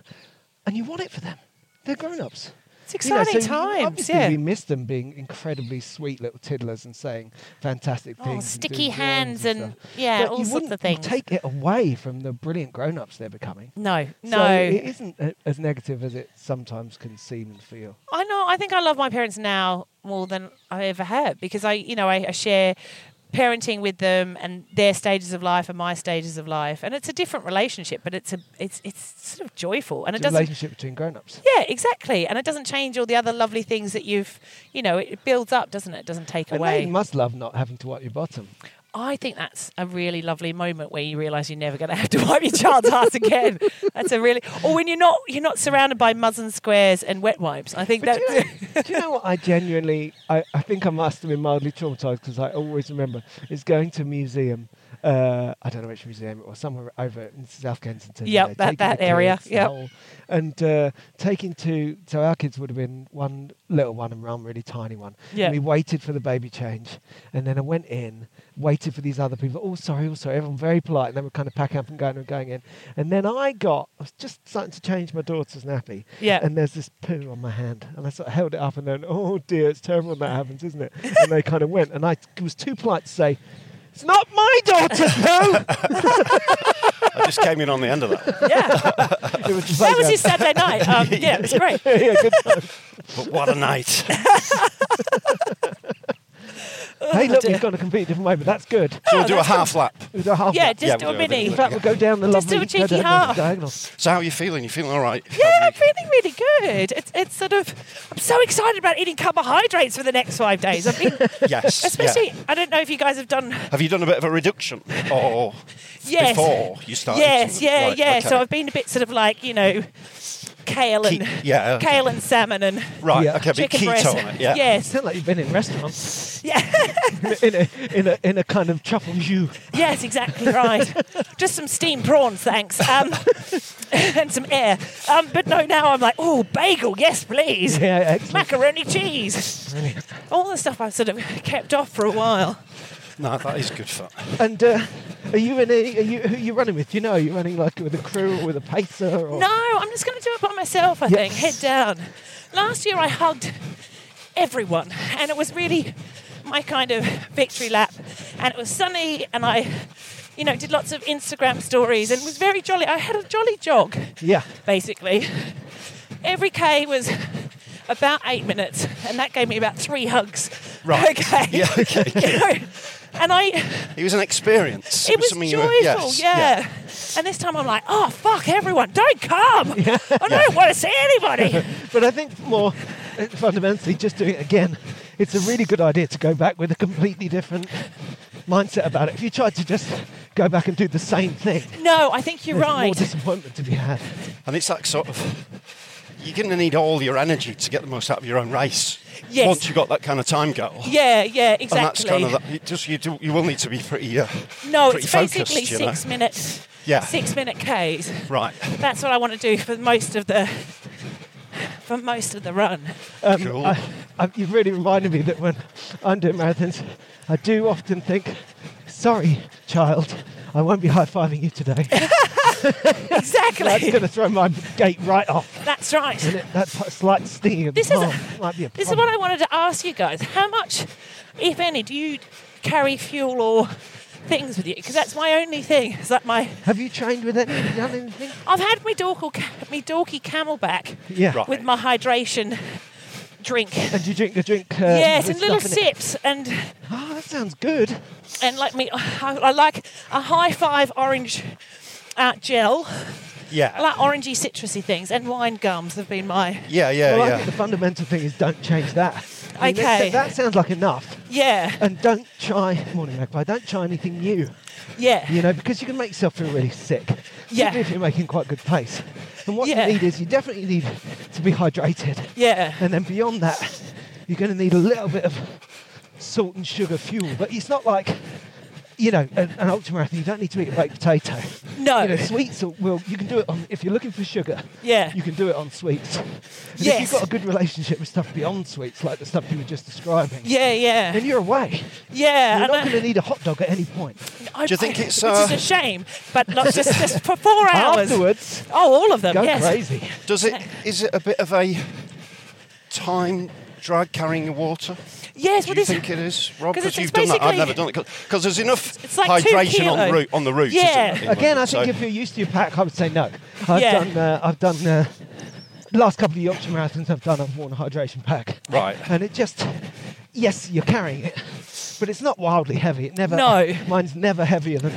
C: and you want it for them. They're grown ups.
D: It's exciting times,
C: Obviously,
D: yeah.
C: we missed them being incredibly sweet little tiddlers and saying fantastic
G: Oh,
C: things, and
G: sticky
C: doing drawings
G: hands
C: and,
G: and-
C: stuff.
G: yeah,
C: But
G: all
C: you
G: sorts
C: wouldn't
G: of things.
C: Take it away from the brilliant grown-ups they're becoming.
D: No. No.
C: so it isn't a- as negative as it sometimes can seem and feel.
D: I know. I think I love my parents now more than I ever have because I, you know, I, I share parenting with them and their stages of life and my stages of life, and it's a different relationship, but it's a, it's, it's sort of joyful, and it
C: It's a
D: doesn't.
C: relationship between grown-ups.
D: Yeah, exactly, and it doesn't change all the other lovely things that you've, you know, it builds up, doesn't it? It doesn't take
C: And
D: away.
C: they must love not having to wipe your bottom.
D: I think that's a really lovely moment where you realise you're never going to have to wipe your child's ass again. That's a really, or when you're not you're not surrounded by muzzles and squares and wet wipes. I think
C: But
D: that.
C: do, you know, do you know what I genuinely, I, I think I must have been mildly traumatized because I always remember is going to a museum. Uh, I don't know which museum it was, somewhere over in South Kensington. you
D: Yep,
C: know,
D: that-
C: taking
D: that
C: the
D: area,
C: kids, the
D: yep.
C: whole- And uh, taking two, so our kids would have been one little one and one really tiny one. And
D: Yeah.
C: we waited for the baby change. And then I went in, waited for these other people. Oh, sorry, oh, sorry. Everyone very polite. And they were kind of packing up and going and going in. And then I got, I was just starting to change my daughter's nappy.
D: Yeah.
C: And there's this poo on my hand. And I sort of held it up and then, oh dear, it's terrible when that happens, isn't it? And they kind of went. And I was too polite to say, it's not my daughter's poo.
B: I just came in on the end of that.
D: yeah.
C: It was
D: That was his Saturday night. Um, yeah, it was great.
C: yeah, good time.
B: But what a night.
C: Hey,
D: Oh,
C: look, we've gone a completely different way, but that's good.
B: So we'll do a half lap.
C: We'll do a half
D: Yeah,
C: lap.
D: just
B: Yeah,
D: do a
B: we'll do it.
D: mini.
C: In fact, we'll go down the
D: Just do
C: lovely
D: a cheeky
C: go down the
D: half.
C: diagonal.
B: So how are you feeling? You feeling all right?
D: Yeah, I'm feeling really good. It's, it's sort of, I'm so excited about eating carbohydrates for the next five days. I mean,
B: Yes. yeah.
D: especially, I don't know if you guys have done.
B: Have you done a bit of a reduction or
D: Yes.
B: before you started?
D: Yes, yeah,
B: Right,
D: yeah.
B: okay.
D: So I've been a bit sort of like, you know, kale and
B: Ke- yeah.
D: kale and salmon and
B: right,
C: Yeah.
B: okay, a bit
D: chicken
B: keto
D: breast.
B: on it. Yeah.
C: You
D: Yes,
C: sound like you've been in restaurants
D: yeah.
C: in a, in a, in a kind of truffle jus.
D: Yes, exactly right. Just some steamed prawns, thanks, um, and some air. Um, but no, now I'm like, oh, bagel, yes, please.
C: Yeah, excellent.
D: Macaroni cheese. All the stuff I've sort of kept off for a while.
B: No, that is good fat.
C: And uh, are you in a, are you, who are you running with? Do you know, are you running like with a crew or with a pacer? Or?
D: No, I'm just going to do it by myself, I
C: Yeah.
D: think, head down. Last year I hugged everyone, and it was really my kind of victory lap. And it was sunny, and I, you know, did lots of Instagram stories and was very jolly. I had a jolly jog.
C: Yeah.
D: basically. Every K was about eight minutes, and that gave me about three hugs.
B: Right.
D: Okay.
B: Yeah, okay.
D: You know, and I,
B: It was an experience.
D: it was
B: something
D: joyful,
B: you were- yes,
D: yeah. And this time I'm like, oh fuck, everyone, don't come. I don't want to see anybody.
C: But I think more uh, fundamentally, just doing it again, it's a really good idea to go back with a completely different mindset about it. If you tried to just go back and do the same thing,
D: no, I think you're
C: there's more
D: right.
C: disappointment to be had.
B: And it's that sort of. You're going to need all your energy to get the most out of your own race.
D: Yes.
B: Once you've got that kind of time goal.
D: Yeah, yeah, exactly.
B: And that's kind of that. You just you do. You will need to be pretty. Uh,
D: no,
B: pretty
D: it's
B: focused,
D: basically
B: you know.
D: six minutes.
B: Yeah.
D: Six minute Ks.
B: Right.
D: That's what I want to do for most of the for most of the run.
B: cool.
C: I, I, Um, you've really reminded me that when I'm doing marathons, I do often think, sorry, child, I won't be high fiving you today.
D: Exactly.
C: That's going to throw my gate right off.
D: That's right.
C: And it, that slight stinging of the
D: This is-
C: palm might be a
D: This is
C: problem.
D: what I wanted to ask you guys. How much, if any, do you carry fuel or things with you? Because that's my only thing. Is that my?
C: Have you trained with any? Have you done anything?
D: I've had my dorky, ca- my dorky camelback
C: Yeah.
B: Right.
D: with my hydration drink.
C: And you drink the drink. Uh,
D: yes,
C: with
D: and little
C: stuff in it.
D: sips, and
C: Oh, that sounds good.
D: and like me, I, I like a high five orange uh, gel. I
B: Yeah.
D: like orangey, citrusy things, and wine gums have been my
B: Yeah, yeah,
C: well, I
B: yeah.
C: think the fundamental thing is don't change that. I mean,
D: Okay.
C: That, that sounds like enough.
D: yeah,
C: And don't try morning magpie. Don't try anything new.
D: yeah,
C: You know, because you can make yourself feel really sick.
D: Yeah.
C: Even if you're making quite good pace. And what
D: Yeah.
C: you need is you definitely need to be hydrated.
D: yeah.
C: And then beyond that, you're going to need a little bit of salt and sugar fuel. But it's not like, you know, an, an ultramarathon. You don't need to eat a baked potato.
D: No.
C: You know, sweets, are- well, you can do it on, if you're looking for sugar,
D: Yeah.
C: you can do it on sweets. And If
D: Yes.
C: you've got a good relationship with stuff beyond sweets, like the stuff you were just describing,
D: Yeah, yeah,
C: then you're away.
D: yeah.
C: You're
D: and
C: not
D: I-
C: going to need a hot dog at any point.
D: I-
B: Do you think
D: I-
B: it's,
D: which is
B: uh,
D: a shame, but not just, just for four hours.
C: Afterwards,
D: Oh, all of them.
C: go
D: yes.
C: crazy.
B: Does it? Is it a bit of a time drag carrying your water?
D: Yes.
B: Do
D: Well,
B: you
D: this,
B: think it is, Rob?
D: 'cause it's-
B: Because you've
D: it's
B: done that. I've
D: basically-
B: never done it. Because there's enough
D: It's like two
B: hydration on
D: kilo.
B: route on the route.
D: Yeah.
B: Isn't there, in
C: Again, I
B: London?
C: think
B: So-
C: if you're used to your pack, I would say no. I've
D: Yeah.
C: done. Uh, I've done. Uh, last couple of Yorkshire marathons I've done, I've worn a hydration pack.
B: Right.
C: And it just, yes, you're carrying it, but it's not wildly heavy. It never.
D: No.
C: Mine's never heavier than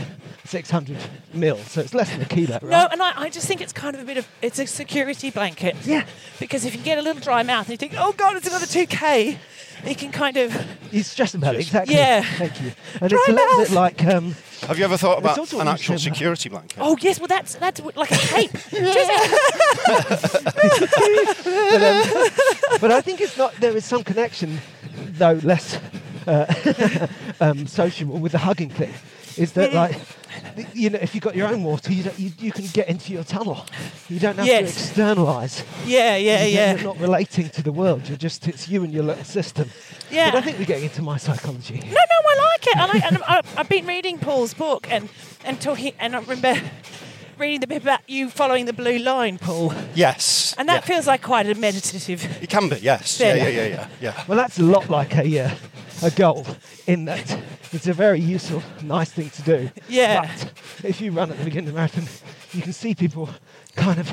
C: 600 mil, so it's less than a kilo. Right?
D: no, and I, I just think it's kind of a bit of it's a security blanket.
C: Yeah.
D: Because if you get a little dry mouth and you think, oh god, it's another two k, you can kind of
C: You're stressed about it. Exactly.
D: Yeah.
C: Thank you. And
D: Dry
C: it's a little
D: mouth.
C: bit like. Um,
B: Have you ever thought about
C: also what
B: an
C: you
B: actual
C: said about-
B: security blanket?
D: oh yes, well that's that's like a cape.
C: but, um, but I think it's not. There is some connection, though less uh, um, sociable, with the hugging thing. Is that like, th- you know, if you've got your own water, you, don't, you, you can get into your tunnel. You don't have to
D: Yes.
C: externalise.
D: yeah, yeah,
C: You-
D: yeah.
C: You're not relating to the world. You're just it's you and your little system.
D: Yeah.
C: But I think we're getting into my psychology. here.
D: No, no, I like it. I like, and I, I've been reading Paul's book and and talking, and I remember reading the bit about you following the blue line, Paul,
B: Yes.
D: and that
B: yeah.
D: feels like quite a meditative.
B: It can be, yes.
D: Yeah.
B: Yeah, yeah, yeah, yeah. yeah.
C: Well, that's a lot like a uh, a goal in that it's a very useful, nice thing to do.
D: Yeah.
C: But if you run at the beginning of the marathon, you can see people kind of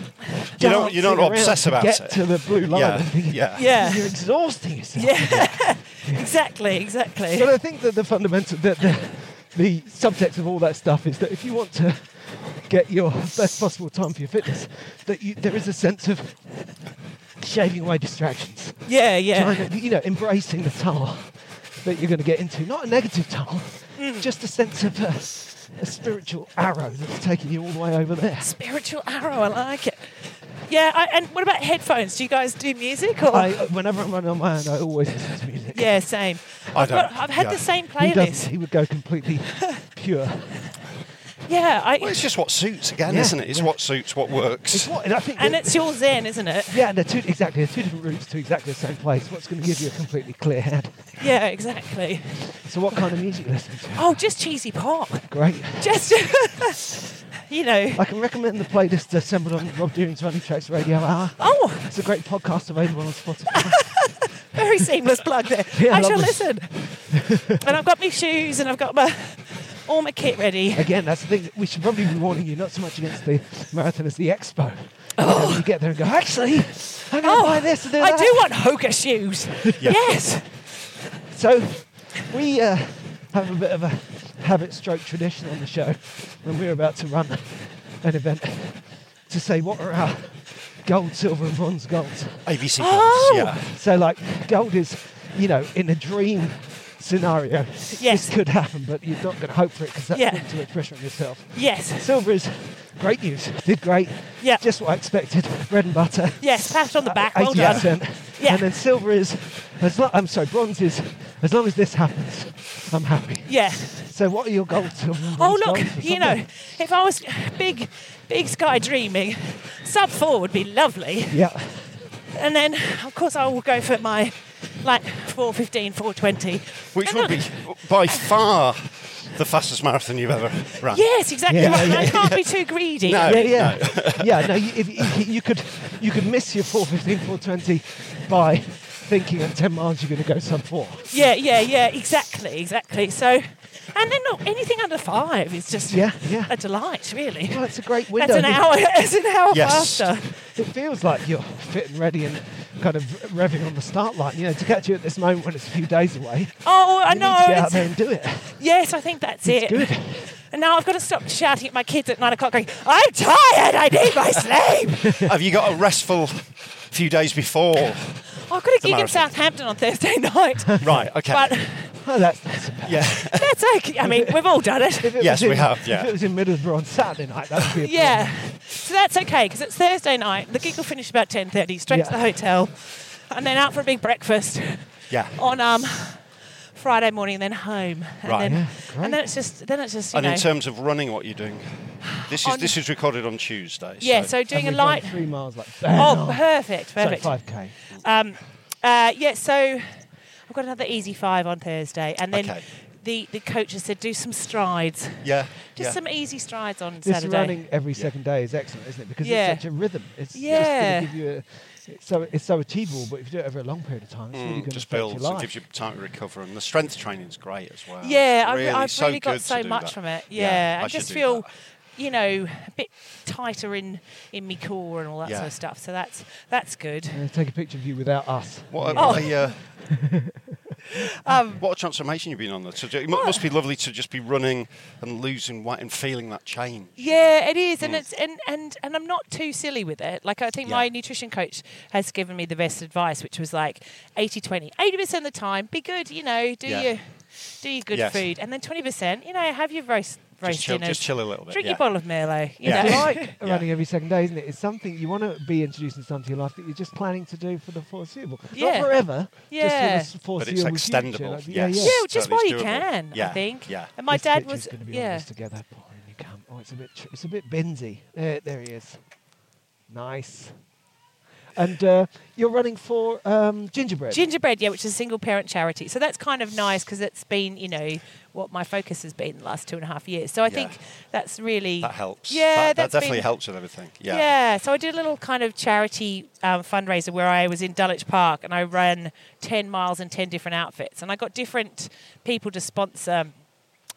B: You don't- you don't
C: dancing around
B: obsess
C: to
B: about
C: get
B: it.
C: to the blue line.
B: Yeah,
C: and thinking,
B: yeah.
D: Yeah.
C: You're exhausting yourself.
D: Yeah, exactly, exactly.
C: But I think that the fundamental, that the, the subtext of all that stuff is that if you want to get your best possible time for your fitness, that you, there is a sense of shaving away distractions.
D: Yeah, yeah.
C: trying to, you know, embracing the tunnel that you're going to get into. Not a negative tunnel,
D: Mm.
C: just a sense of uh, a spiritual arrow that's taking you all the way over there.
D: Spiritual arrow, I like it. Yeah, I, and what about headphones? Do you guys do music or?
C: I, whenever I'm running on my own, I always listen to music.
D: yeah, same.
B: I
D: I've, got,
B: don't-
D: I've had
B: yeah.
D: the same
C: He, does,
D: playlist.
C: he would go completely pure.
D: Yeah, I,
B: Well, it's just what suits, again,
C: Yeah,
B: isn't it? It's
C: yeah.
B: what suits, what
C: It's
B: works.
C: what, and I think
D: and
C: that-
D: it's your zen, isn't it?
C: yeah, and they're two, exactly, they're two different routes to exactly the same place. What's going to give you a completely clear head?
D: Yeah, exactly.
C: So, what kind of music you listen to?
D: Oh, just cheesy pop.
C: Great.
D: Just, you know.
C: I can recommend the playlist assembled on Rob Deering's Running Tracks Radio Hour.
D: Oh,
C: It's a great podcast available on Spotify.
D: very seamless plug there.
C: Yeah,
D: I shall
C: lovely.
D: listen. and I've got my shoes and I've got my all my kit ready.
C: Again, that's the thing. that We should probably be warning you not so much against the marathon as the expo. Oh. You, get there and go, actually, I'm going to
D: Oh,
C: buy this and do
D: I
C: that."
D: do want Hoka shoes. Yes.
C: So we uh, have a bit of a habit stroke tradition on the show when we're about to run an event to say what are our gold, silver and bronze goals.
B: ABC goals,
D: Oh!
B: yeah.
C: So like gold is, you know, in a dream scenario,
D: Yes.
C: this could happen, but you're not going to hope for it because that's
D: Yeah.
C: putting too much pressure on yourself.
D: Yes.
C: Silver is great news. Did great.
D: Yeah.
C: Just what I expected. Bread and butter.
D: Yes. Pat on the back.
C: Uh,
D: Well done.
C: 80%.
D: Yeah.
C: And then silver is, as lo- I'm sorry, bronze is, as long as this happens, I'm happy.
D: Yeah.
C: So what are your goals? Silver and
D: Oh
C: bronze
D: look,
C: goals for
D: you know,
C: something?
D: if I was big, big sky dreaming, sub four would be lovely.
C: Yeah.
D: And then, of course, I will go for my like 415, 420.
B: Which
D: And
B: would
D: look-
B: be by far the fastest marathon you've ever run.
D: Yes, exactly.
C: Yeah,
D: right.
C: yeah,
D: I can't be too greedy.
B: No.
C: Yeah, yeah, yeah. No, you, if, if you could, you could miss your 415, 420 by thinking at 10 miles you're going to go sub four.
D: Yeah, yeah, yeah. Exactly, exactly. So, and then look, anything under five is just
C: Yeah, yeah.
D: a delight, really.
C: Well, it's a great window.
D: That's an hour. That's an hour
B: Yes.
D: faster.
C: It feels like you're fit and ready and kind of revving on the start line, you know, to catch you at this moment when it's a few days away.
D: Oh, I
C: you
D: know.
C: Need to get out
D: it's-
C: there and do it.
D: Yes, I think that's it.
C: Good.
D: And now I've got to stop shouting at my kids at nine o'clock, going, "I'm tired. I need my sleep."
B: Have you got a restful few days before?
D: Oh, I've got a gig in
B: marathon.
D: Southampton on Thursday night,
B: Right. Okay.
D: but
C: Oh, that's not so bad.
B: yeah.
D: that's okay. I mean, we've all done it.
C: If it
B: Yes,
C: was
B: we
C: in-
B: have, yeah.
C: If it was in Middlesbrough on Saturday night, that would be a problem.
D: Yeah, so that's okay because it's Thursday night. The gig will finish about ten thirty. Straight
C: Yeah.
D: to the hotel, and then out for a big breakfast
B: Yeah.
D: on um, Friday morning, and then home. And
B: Right.
D: Then,
B: Yeah,
C: great.
D: and then it's just then it's just you
B: And
D: know.
B: in terms of running, what you're doing? This is
D: On-
B: this is recorded on Tuesday.
D: yeah, so
C: And
D: doing a
C: we've run
D: light.
C: Three miles like uh,
D: Oh, perfect,
C: Sorry,
D: perfect.
C: 5K.
D: Um, uh, yeah, so I've got another easy five on Thursday, and then
B: Okay.
D: the, the coach has said do some strides,
B: yeah,
D: just
B: yeah.
D: some easy strides on
C: This
D: Saturday.
C: running every second day is excellent, isn't it? Because
D: Yeah.
C: it's such a rhythm. It's
D: Yeah.
C: just going to give you a, it's so it's so achievable. But if you do it over a long period of time, it's really going to
B: Mm, just
C: affect your
B: builds and
C: life.
B: gives you time to recover. And the strength training's great as well.
D: Yeah,
B: It's
D: I've,
B: really,
D: I've
B: so
D: really
B: good
D: got
B: to
D: so
B: do
D: much
B: that.
D: from it. Yeah, I,
B: I should
D: just
B: do
D: feel,
B: that.
D: you know, a bit tighter in in my core and all that
B: Yeah.
D: sort of stuff. So that's that's good.
C: I'm gonna take a picture of you without us.
B: What a,
D: Oh.
B: what, a, uh,
D: Um,
B: what a transformation you've been on. There. So it mu- must be lovely to just be running and losing weight and feeling that change.
D: Yeah, it is, and it's and, and and I'm not too silly with it. Like I think my
B: Yeah.
D: nutrition coach has given me the best advice, which was like 80-20. 80 percent of the time, be good, you know, do
B: Yeah.
D: your do your good
B: Yes.
D: food, and then twenty percent, you know, have your roast roast
B: Just chill,
D: dinners,
B: just chill a little bit.
D: drink
B: yeah.
D: your bottle of merlot, you
B: Yeah.
D: know.
B: Yeah.
C: like running every second day, isn't it? It's something you want to be introducing something to your life that you're just planning to do for the foreseeable,
D: Yeah.
C: not forever.
D: Yeah.
C: just for the
B: But it's
C: foreseeable Future.
B: extendable.
C: Like, yeah,
B: yes.
C: yeah.
D: Yeah, just
B: Certainly
D: while
B: it's
D: you
B: doable.
D: can, I
B: Yeah,
D: think.
B: Yeah.
D: And my
C: This
D: dad
C: picture's
D: was
C: gonna be on
D: yeah.
C: this together. Boy, you can't- Oh, it's a bit. tr- It's a bit Benzy. There, there he is. Nice. And uh, you're running for um, gingerbread.
D: Gingerbread, yeah, which is a single parent charity. So that's kind of nice because it's been, you know, what my focus has been the last two and a half years. So I
B: Yeah.
D: think that's really
B: That helps.
D: Yeah,
B: that, that
D: that's
B: definitely
D: been-
B: helps with everything. Yeah.
D: so I did a little kind of charity um, fundraiser where I was in Dulwich Park and I ran 10 miles in 10 different outfits. And I got different people to sponsor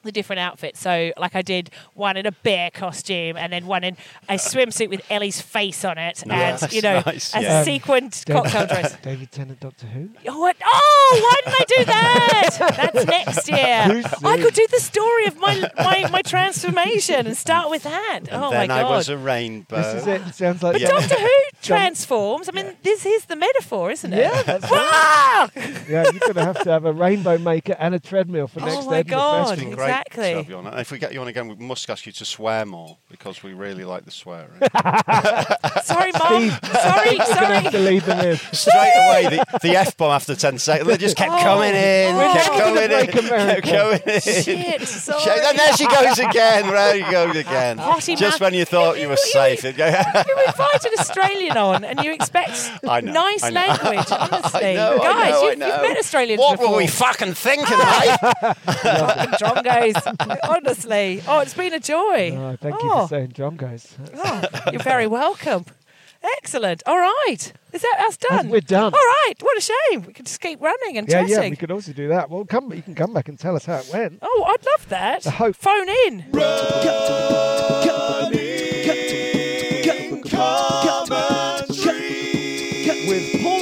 D: the different outfits. So, like, I did one in a bear costume and then one in a swimsuit with Ellie's face on it and,
B: Nice,
D: you know,
B: nice,
D: a
B: yeah. Um,
D: sequined
C: David-
D: cocktail dress.
C: David Tennant, Doctor Who.
D: Oh, what? oh, why didn't I do that? That's next year. I could do the story of my, my, my transformation and start with that.
B: And
D: oh,
B: then
D: my God.
B: I was a rainbow.
C: This is it. Sounds like
D: But
B: Yeah.
D: Doctor Who transforms. I mean, this is the metaphor, isn't it?
C: Yeah, that's right.
D: Ah!
C: yeah, you're going to have to have a rainbow maker and a treadmill for
D: Oh
C: next
D: my
C: day.
D: God.
B: It's been great
D: Exactly.
B: to have you on. And if we get you on again, we must ask you to swear more because we really like the swearing.
D: Sorry, Mom. Sorry,
C: Going to have to
D: sorry.
C: leave them in.
B: Straight away, the, the F bomb after 10 seconds. They just kept coming in,
D: Oh.
B: kept
D: We're never
B: coming
C: gonna
B: in,
C: break America.
B: kept coming in.
D: Shit, sorry.
B: Shit, And there she goes again. There she goes again.
D: Hottie
B: Just
D: man.
B: when you thought you were safe. it'd go-
D: You invite an Australian on, and you expect
B: I know,
D: nice
B: I know.
D: language. Honestly,
B: I know, I
D: guys,
B: know, I
D: you've,
B: know.
D: you've met Australians
B: What
D: before.
B: were we fucking thinking, mate?
D: Drongos. Honestly, oh, it's been a joy.
C: Oh, thank you
D: Oh,
C: for saying drum, guys. That's-
D: oh, you're very welcome. Excellent. All right. Is that us done?
C: we're done.
D: All right. What a shame. We could just keep running and
C: Yeah,
D: chatting.
C: yeah, we could also do that. Well, come, you can come back and tell us how it went.
D: Oh, I'd love that.
C: hope-
D: Phone in.
G: With Paul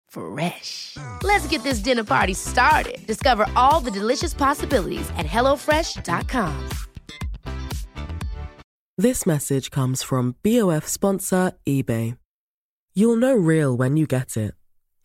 E: Fresh. Let's get this dinner party started. Discover all the delicious possibilities at hellofresh.com.
H: This message comes from BOF sponsor eBay. You'll know real when you get it.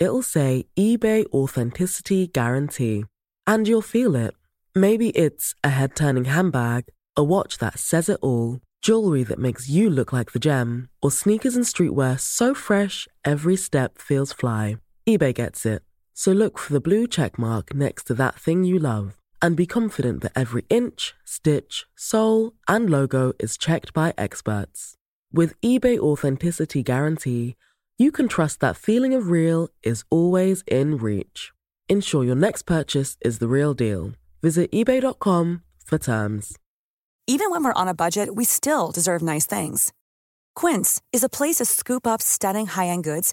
H: It'll say eBay Authenticity Guarantee. And you'll feel it. Maybe it's a head turning handbag, a watch that says it all, jewelry that makes you look like the gem, or sneakers and streetwear so fresh every step feels fly. eBay gets it. So look for the blue check mark next to that thing you love and be confident that every inch, stitch, sole, and logo is checked by experts. With eBay Authenticity Guarantee, you can trust that feeling of real is always in reach.
I: Ensure your next purchase is the real deal. Visit eBay.com for terms.
F: Even when we're on a budget, we still deserve nice things. Quince is a place to scoop up stunning high end goods